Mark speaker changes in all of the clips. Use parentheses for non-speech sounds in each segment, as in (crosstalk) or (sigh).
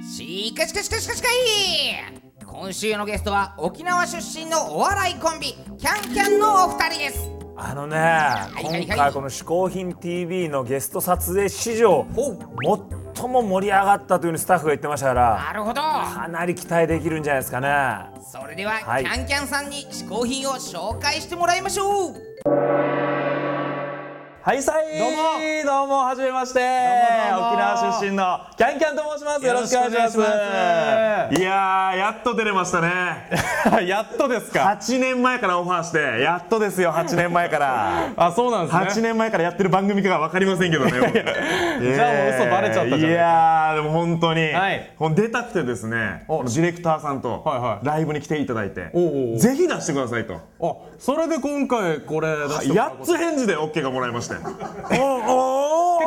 Speaker 1: しかしかしかしかしかい今週のゲストは沖縄出身のお笑いコンビキャンキャンのお二人です
Speaker 2: あのね、
Speaker 1: いはいはい
Speaker 2: 今回この「嗜好品 TV」のゲスト撮影史上
Speaker 1: ほう
Speaker 2: 最も盛り上がったというふうにスタッフが言ってましたから
Speaker 1: なるほど
Speaker 2: かなり期待できるんじゃないですかね
Speaker 1: それでは、
Speaker 2: はい
Speaker 1: キャンキャンさんに試行品を紹介してもらいましょう
Speaker 3: はいさい
Speaker 4: どうも
Speaker 3: どうもはじめまして
Speaker 4: どうもどうも
Speaker 3: 沖縄出身のキャンキャンと申しますよろしくお願いし
Speaker 4: よろしくお願
Speaker 3: ま
Speaker 4: い
Speaker 3: す
Speaker 5: いやーやっと出れましたね
Speaker 4: やっとですか。
Speaker 5: 8年前からオファーしてやっとですよ8年前から
Speaker 4: あ、そうなんです
Speaker 5: 8
Speaker 4: ね。
Speaker 5: 年前からやってる番組かが分かりませんけどね僕
Speaker 4: じゃあもう嘘バレちゃったじゃん
Speaker 5: いやーでも本当に、
Speaker 4: はい
Speaker 5: もう出たくてですねデ
Speaker 4: お
Speaker 5: ィレクターさんと
Speaker 4: はいはい
Speaker 5: ライブに来ていただいて、
Speaker 4: おうおう
Speaker 5: ぜひ出してくださいと
Speaker 4: あ、それで今回これ出してもらう
Speaker 5: 8
Speaker 4: こと
Speaker 5: つ返事で OK がもらいまして
Speaker 4: 結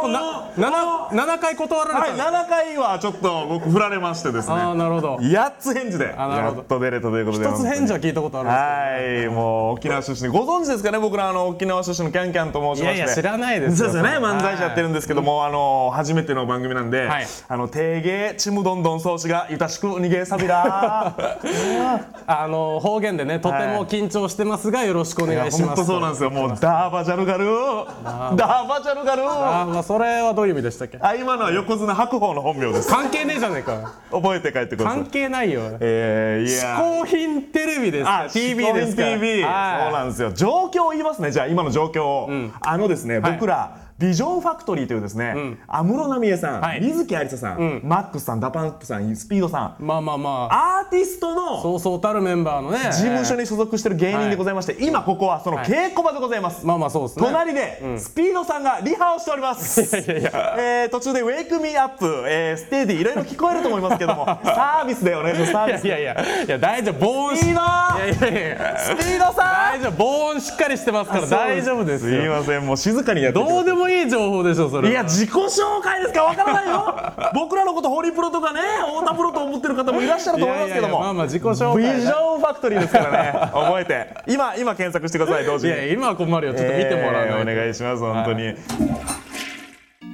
Speaker 4: 構な七七回断られ
Speaker 5: はい
Speaker 4: たんです。
Speaker 5: 7回はちょっと僕振られましてですね
Speaker 4: ああ、なるほど。
Speaker 5: 8つ返事で
Speaker 4: あなる
Speaker 5: や
Speaker 4: ほど
Speaker 5: っと出れたということで
Speaker 4: 一つ返事は聞いたことあるんですけど。
Speaker 5: はい、もう沖縄出身でご存知ですかね、僕らあの沖縄出身のキャンキャンと申しまして。
Speaker 4: いやいや知らないです
Speaker 5: そ
Speaker 4: よ
Speaker 5: うですよね、
Speaker 4: そんな
Speaker 5: 漫才師やってるんですけども、あの初めての番組なんで、
Speaker 4: はい
Speaker 5: あの定芸ちむどんどん創始がゆたしく逃げさびら。
Speaker 4: あの方言でね、とても緊張してますがよろ (laughs) しくお願いし
Speaker 5: 本
Speaker 4: ま
Speaker 5: 当
Speaker 4: す。
Speaker 5: そうなんですよ、もうダーバジャルガルー、ダーバジャルガルー。
Speaker 4: あ、まあそれはどういう意味でしたっけ？
Speaker 5: あ、今のは横綱白鵬の本名です。
Speaker 4: 関係ねえじゃねえか。
Speaker 5: 覚えて帰ってください
Speaker 4: 関。係ないよ。
Speaker 5: えー、いやー。
Speaker 4: 嗜好品テレビですか。
Speaker 5: あ
Speaker 4: TV ですか。
Speaker 5: コイン TV、
Speaker 4: はい
Speaker 5: そうなんですよ状況を言いますねじゃあ今の状況を、あのですね、
Speaker 4: はい
Speaker 5: 僕らビジョンファクトリーというですね安室奈美恵さん、
Speaker 4: はい
Speaker 5: 水木有沙さん、
Speaker 4: ん
Speaker 5: マックスさんダパンプさんスピードさん
Speaker 4: まあまあまあ。
Speaker 5: アーティストの
Speaker 4: そうそうたるメンバーのね。
Speaker 5: 事務所に所属してる芸人でございまして、今ここはその
Speaker 4: はい
Speaker 5: 稽古場でございます、
Speaker 4: まあまあそうですね。
Speaker 5: 隣で、スピードさんがリハをしております
Speaker 4: (laughs)
Speaker 5: えー途中で「ウェイクミーアップ」えーステディいろいろ聞こえると思いますけ
Speaker 4: (laughs)
Speaker 5: どもサービスでお願いしますサー
Speaker 4: い
Speaker 5: ビ
Speaker 4: や
Speaker 5: ス
Speaker 4: いやいやいや大丈夫防音
Speaker 5: スピード
Speaker 4: いやいやいや
Speaker 5: スピードさん
Speaker 4: 大丈夫防音しっかりしてますから大丈夫です
Speaker 5: すい
Speaker 4: よ
Speaker 5: ませんもう静かにやってください
Speaker 4: どうでもいい情報でしょそれ
Speaker 5: いや自己紹介ですかわからないよ
Speaker 2: (laughs)
Speaker 5: 僕らのことホリプロとかね太田プロと思ってる方もいらっしゃると思います
Speaker 4: いやいや
Speaker 5: けど
Speaker 4: いやまあま
Speaker 5: も
Speaker 4: あ自己紹
Speaker 5: ビジ
Speaker 4: 介ね
Speaker 5: ョンファクトリーですからね覚えて今今検索してください同時
Speaker 4: い
Speaker 5: に
Speaker 4: やいや今は困るよちょっと見てもらう
Speaker 5: えーお願いします本当に、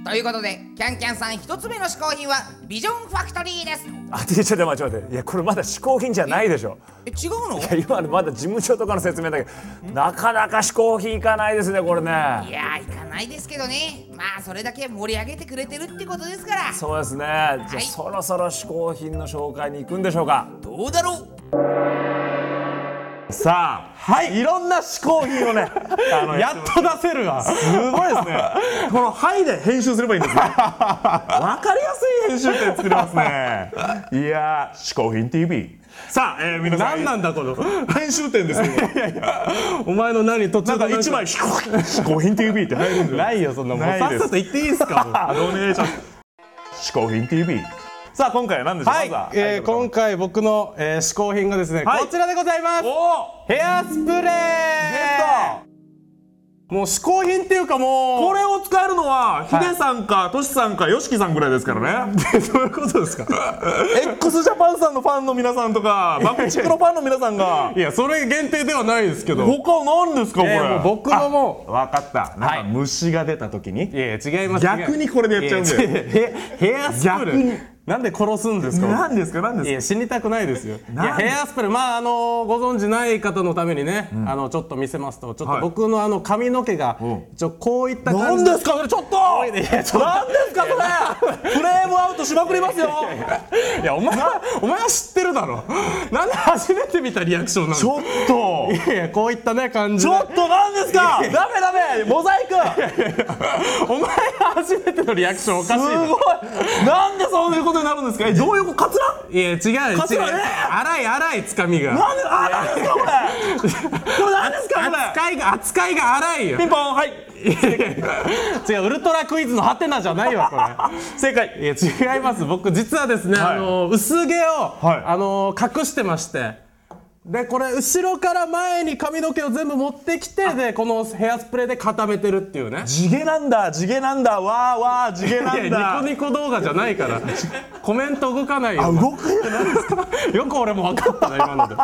Speaker 1: ということでキャンキャンさん一つ目の試行品はビジョンファクトリーです
Speaker 2: あちょっと待って待っていやこれまだ嗜好品じゃないでしょ
Speaker 1: え違うの
Speaker 2: いや今のまだ事務所とかの説明だけどなかなか嗜好品いかないですねこれ
Speaker 1: い
Speaker 2: ね
Speaker 1: やー行かないですけどねまあそれだけ盛り上げてくれてるってことですから
Speaker 2: そうですねじゃあ
Speaker 1: い
Speaker 2: そろそろ嗜好品の紹介に行くんでしょうか
Speaker 1: どうだろう
Speaker 5: さあはいいろんな嗜好品を (laughs) ねあの
Speaker 4: やっと出せるわ
Speaker 5: すごいですねこの「はい」で編集すればいいんです
Speaker 4: (laughs)
Speaker 5: ねわかりやすい編集点作れます (laughs) ねいやー嗜好品 TV さあ、えー、皆さ
Speaker 4: 何
Speaker 5: ん
Speaker 4: なんだこの
Speaker 5: 編集点ですけど
Speaker 4: お前の何途
Speaker 5: な
Speaker 4: 中
Speaker 5: んか
Speaker 4: で
Speaker 5: 一枚「嗜好品嗜好品 TV」って入るんですよ
Speaker 4: ないよそんなもう
Speaker 5: ない
Speaker 4: さ
Speaker 5: で
Speaker 4: っ
Speaker 5: す
Speaker 4: さと言っていいですか
Speaker 5: あ、お願いします。嗜好品 TV。さあ、今回は何でしょう。
Speaker 4: はい
Speaker 5: まずは、
Speaker 4: えー今回僕のえー嗜好品がですね
Speaker 5: はい
Speaker 4: こちらでございます
Speaker 5: おお、
Speaker 4: ヘアスプレーもう嗜好品っていうかもう
Speaker 5: これを使えるのは、ヒデさんか、トシさんか、ヨシキさんぐらいですからね。 (laughs) どういうことですか。X ジャパンさんのファンの皆さんとか、バクチクのファンの皆さんが。
Speaker 4: いやそれ限定ではないですけど
Speaker 5: 他何ですか、こ
Speaker 4: い
Speaker 5: れ
Speaker 4: や。もう僕のも
Speaker 5: あ。わかった。なんか虫が出た時に。
Speaker 4: いやいや違います
Speaker 5: 逆にこれでやっちゃうんだよ
Speaker 4: いや違うヘヘアスプレ
Speaker 5: 逆に
Speaker 4: ーなんで殺すんですか
Speaker 5: 何ですか、何
Speaker 4: い
Speaker 5: で
Speaker 4: や
Speaker 5: す
Speaker 4: 死にたくないですよ。いや
Speaker 5: なんで
Speaker 4: ヘアスプレーまああのご存知ない方のためにね、あのちょっと見せますとちょっ
Speaker 5: はい
Speaker 4: と僕のあの髪の毛が
Speaker 5: ん
Speaker 4: 一応こういった
Speaker 5: か。
Speaker 4: 感じ
Speaker 5: 何ですか、それちょっと。何
Speaker 4: い
Speaker 5: です
Speaker 4: やちょっと
Speaker 5: か、それ。フレームアウトしまくりますよ。
Speaker 4: いやお前はお前は知ってるだろ。なんで初めて見たリアクションな
Speaker 5: ち
Speaker 4: の。
Speaker 5: ょっと。
Speaker 4: いやいやこういったね感じ
Speaker 5: ち
Speaker 4: で。
Speaker 5: ょっと何ですかダメダメモザイク
Speaker 4: お前が初めてのリアクションおかしい
Speaker 5: す
Speaker 4: な。
Speaker 5: ごいなんでそういうことことになるんですかえどういうことカツラ
Speaker 4: いや違う違う
Speaker 5: カツラね
Speaker 4: 荒い荒いつかみが
Speaker 5: なんであなんですかこれこれなんですかこれ
Speaker 4: 扱いが扱いが荒いよ
Speaker 5: ピンポンはい
Speaker 4: (laughs) 違うウルトラクイズのハテナじゃないわこ (laughs) れ正解いや違います僕実はですね、
Speaker 5: はい
Speaker 4: あの薄毛を、
Speaker 5: はい
Speaker 4: あの隠してましてでこれ後ろから前に髪の毛を全部持ってきてでこのヘアスプレーで固めてるっていうね
Speaker 5: 地毛なんだ地毛なんだわーわー地毛ないん
Speaker 4: や
Speaker 5: だ
Speaker 4: ニコニコ動画じゃないからコメント動かないよ
Speaker 5: あ動くよね
Speaker 4: (laughs) よく俺も分かったな今 (laughs) ので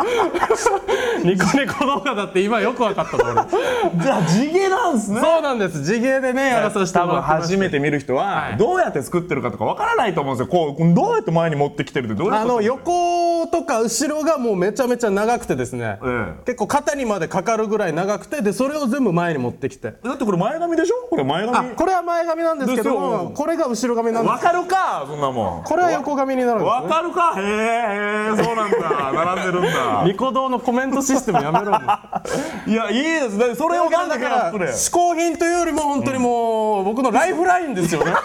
Speaker 4: ニコニコ動画だって今よく分かったな俺
Speaker 5: じゃあ地毛なんですね
Speaker 4: そうなんです地毛でねやらさせて
Speaker 5: 多
Speaker 4: もら
Speaker 5: 分
Speaker 4: ってまして
Speaker 5: 初めて見る人
Speaker 4: は
Speaker 5: はいどうやって作ってるかとかわからないと思うんですよこうこうどうやって前に持ってきてるってどういうこと
Speaker 4: あの横とか後ろがもうめちゃめちゃ長くてですね、
Speaker 5: ええ
Speaker 4: 結構肩にまでかかるぐらい長くてでそれを全部前に持ってきて
Speaker 5: だってこれ前髪でしょこれ前
Speaker 4: あ
Speaker 5: 髪
Speaker 4: これは前髪なんですけど
Speaker 5: ですよ
Speaker 4: これが後ろ髪なんです
Speaker 5: わかるかそんなもん
Speaker 4: これは横髪になるんです、
Speaker 5: わかるかへえへえそうなんだ (laughs) 並んでるんだ
Speaker 4: ニコ動のコメントシステムやめろ
Speaker 5: (laughs)
Speaker 4: もう
Speaker 5: いやいいですねそれを
Speaker 4: な
Speaker 5: なんん
Speaker 4: だ
Speaker 5: だ
Speaker 4: か
Speaker 5: から
Speaker 4: ら
Speaker 5: 作れ
Speaker 4: 嗜好品というよりも本当にもう、僕のライフラインですよねこ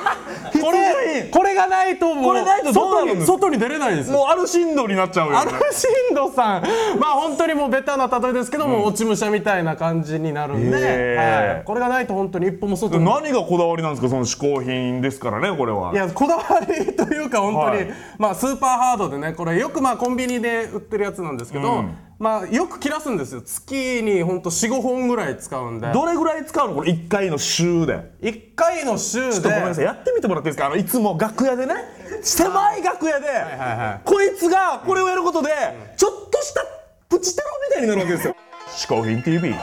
Speaker 5: (laughs) 必需
Speaker 4: れ
Speaker 5: 品
Speaker 4: これがないともう
Speaker 5: これないとどうなるんですか
Speaker 4: 外に外に出れないですよ
Speaker 5: もうある振動になっちゃうよ
Speaker 4: ア
Speaker 5: ね
Speaker 4: ルシンドさん、まあ本当にもうベタな例えですけども、落ち武者みたいな感じになるんで、
Speaker 5: へー
Speaker 4: はいこれがないと本当に一歩も外に。
Speaker 5: 何がこだわりなんですかその嗜好品ですからねこれはい
Speaker 4: やこだわりというか本当に、
Speaker 5: はい
Speaker 4: まあスーパーハードでねこれよくまあコンビニで売ってるやつなんですけど、
Speaker 5: うん
Speaker 4: まあよく切らすんですよ月に本当45本ぐらい使うんで
Speaker 5: どれぐらい使うのこれ1回の週で
Speaker 4: 1回の週で
Speaker 5: ちょっとごめんなさいやってみてもらっていいですかあのいつも楽屋でね狭い楽屋で、
Speaker 4: は
Speaker 5: こいつがこれをやることで、ちょっとしたプチテロみたいになるわけですよ嗜好品 TV (laughs) ちょっ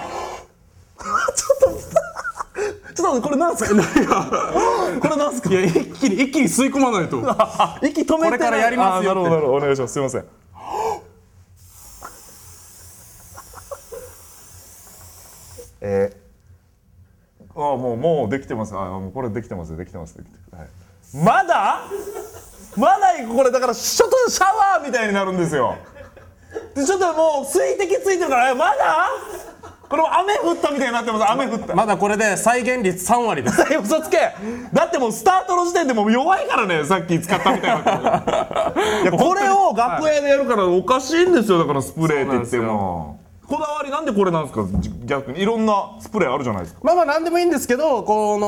Speaker 5: とちょっとこれなんすかこれなんすか
Speaker 4: いや一気に一気に吸い込まない
Speaker 5: (laughs)
Speaker 4: と
Speaker 5: 息止めて
Speaker 4: これからやりますよ
Speaker 5: あーなるほどなるほどお願いしますすいませんえー、あーもうもうできてますあーもうこれできてますできてますできてます、はい、まだまだ行くこれだからちょっとシャワーみたいになるんですよでちょっともう水滴ついてるからえまだこれも雨降ったみたいになってます雨降った
Speaker 4: まだこれで再現率3割です
Speaker 5: 嘘つけだってもうスタートの時点でもう弱いからねさっき使ったみたい (laughs) ないやこれを楽屋でやるからおかしいんですよだからスプレーって言ってもこだわりなんでこれなんですかじ逆にいろんなスプレーあるじゃないですか
Speaker 4: まあまあ何でもいいんですけどこ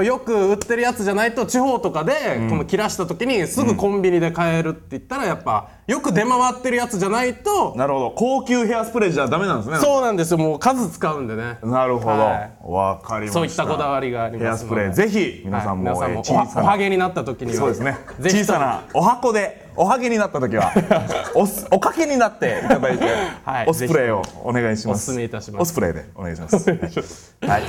Speaker 4: のよく売ってるやつじゃないと地方とかで、この切らした時にすぐコンビニで買えるって言ったらやっぱよく出回ってるやつじゃないと
Speaker 5: なるほど高級ヘアスプレーじゃダメなんですね
Speaker 4: そうなんですよもう数使うんでね
Speaker 5: なるほど
Speaker 4: はい
Speaker 5: わ、かりました
Speaker 4: そういったこだわりがあり
Speaker 5: ヘア
Speaker 4: ま
Speaker 5: ス
Speaker 4: す
Speaker 5: プ
Speaker 4: の
Speaker 5: レ
Speaker 4: で
Speaker 5: ーぜひ皆さんも,、
Speaker 4: はい皆
Speaker 5: えー
Speaker 4: さんも
Speaker 5: 小
Speaker 4: おお
Speaker 5: さ
Speaker 4: は
Speaker 5: な
Speaker 4: げになった時には
Speaker 5: そうですね
Speaker 4: ぜひ
Speaker 5: 小さなお箱でおはげになった時は (laughs) おすおかけになっていただいて、
Speaker 4: はい
Speaker 5: おスプレーをお願いします
Speaker 4: お勧めいたします
Speaker 5: おスプレーでお願いしますはい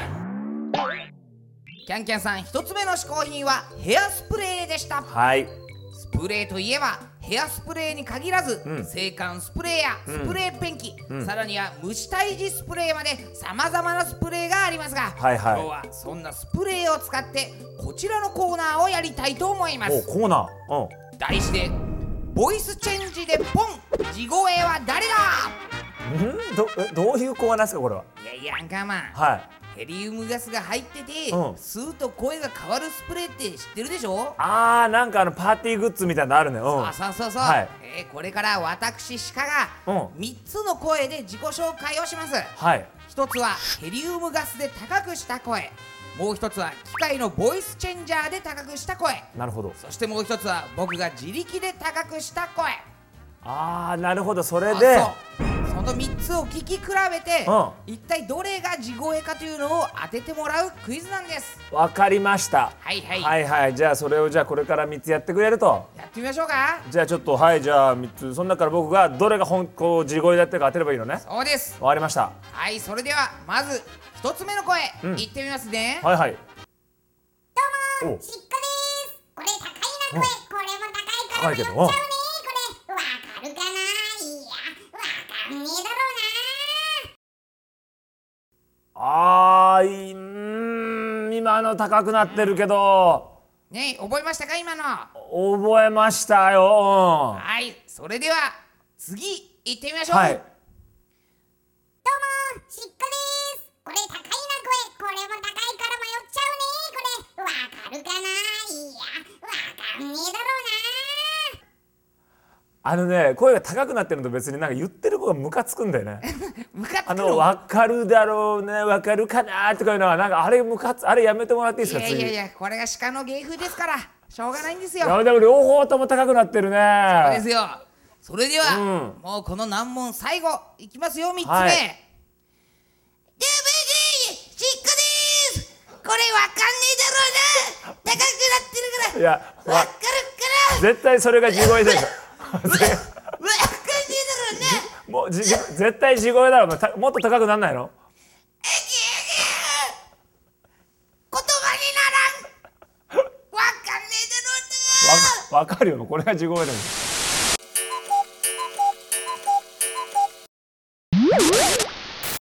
Speaker 1: キャンキャンさん一つ目の嗜好品はヘアスプレーでした
Speaker 2: はい
Speaker 1: スプレーといえばヘアスプレーに限らず、制汗スプレーやスプレーペンキ、さらには虫退治スプレーまでさまざまなスプレーがありますが、
Speaker 2: はいはい
Speaker 1: 今日はそんなスプレーを使ってこちらのコーナーをやりたいと思いま
Speaker 2: お
Speaker 1: す
Speaker 2: コーナーうん
Speaker 1: 題してボイスチェンジでポン地声は誰だ
Speaker 2: んどえどういうコーナーですかこれはい
Speaker 1: やいやアンカーマン
Speaker 2: はい
Speaker 1: ヘリウムガスが入ってて、
Speaker 2: うん
Speaker 1: 吸うと声が変わるスプレーって知ってるでしょ
Speaker 2: あーなんかあのパーティーグッズみたいなのあるねうん
Speaker 1: あそうそうそう、
Speaker 2: はい
Speaker 1: えーこれから私鹿
Speaker 2: うん
Speaker 1: が3つの声で自己紹介をします
Speaker 2: はい
Speaker 1: 1つはヘリウムガスで高くした声もう1つは機械のボイスチェンジャーで高くした声
Speaker 2: なるほど
Speaker 1: そしてもう1つは僕が自力で高くした声
Speaker 2: あーなるほどそれ
Speaker 1: あ
Speaker 2: で
Speaker 1: そうその3つを聞き比べて、
Speaker 2: う
Speaker 1: 一体どれが地声かというのを当ててもらうクイズなんです
Speaker 2: わかりました
Speaker 1: はいはい
Speaker 2: はいはいじゃあそれをじゃあこれから3つやってくれると
Speaker 1: やってみましょうか
Speaker 2: じゃあちょっとはいじゃあ3つその中から僕がどれが本こう地声だったか当てればいいのね
Speaker 1: そうです
Speaker 2: わかりました
Speaker 1: はいそれではまず1つ目の声、
Speaker 2: ん
Speaker 1: いってみますね
Speaker 2: はいはい
Speaker 6: しっこですこれ高いなこれこれも高いから迷っち
Speaker 2: 高いけ
Speaker 6: ゃうね
Speaker 2: どうん
Speaker 6: これわかるかないやわかんねえだろうな
Speaker 2: あーいうーん今の高くなってるけど
Speaker 1: ねえ覚えましたか今のは
Speaker 2: 覚えましたよ、うん
Speaker 1: いそれでは次行ってみましょう、
Speaker 2: はい
Speaker 6: どうもしっこですこれ高いなこれこれも高いから迷っちゃうねこれわかるかないやわかんねえだろうな
Speaker 2: あのね声が高くなってるのと別になんか言ってる子がムカつくんだよね
Speaker 1: 向かって
Speaker 2: あ
Speaker 1: く
Speaker 2: の
Speaker 1: る
Speaker 2: 分かるだろうね分かるかなとかいうのはなんかあれムカつあれやめてもらっていい
Speaker 1: い
Speaker 2: ですか
Speaker 1: や
Speaker 2: 次
Speaker 1: いやいやこれが鹿の芸風ですからしょうがないんです
Speaker 2: い
Speaker 1: よ
Speaker 2: やでも両方とも高くなってるね
Speaker 1: そうですよそれでは、もうこの難問最後いきますよ3つ目、
Speaker 2: はい
Speaker 1: DVD シックですこれわかんねえだろうな高くなってる
Speaker 2: いや
Speaker 1: から
Speaker 2: わ
Speaker 1: わかるから
Speaker 2: 絶対それが地声でし
Speaker 1: わかんねえだろうな
Speaker 2: ょもうじ絶対地声だろお前たもっと高くなんないの
Speaker 1: 言葉にならんわかんねえだろうな
Speaker 2: わわかるよこれが地声だもん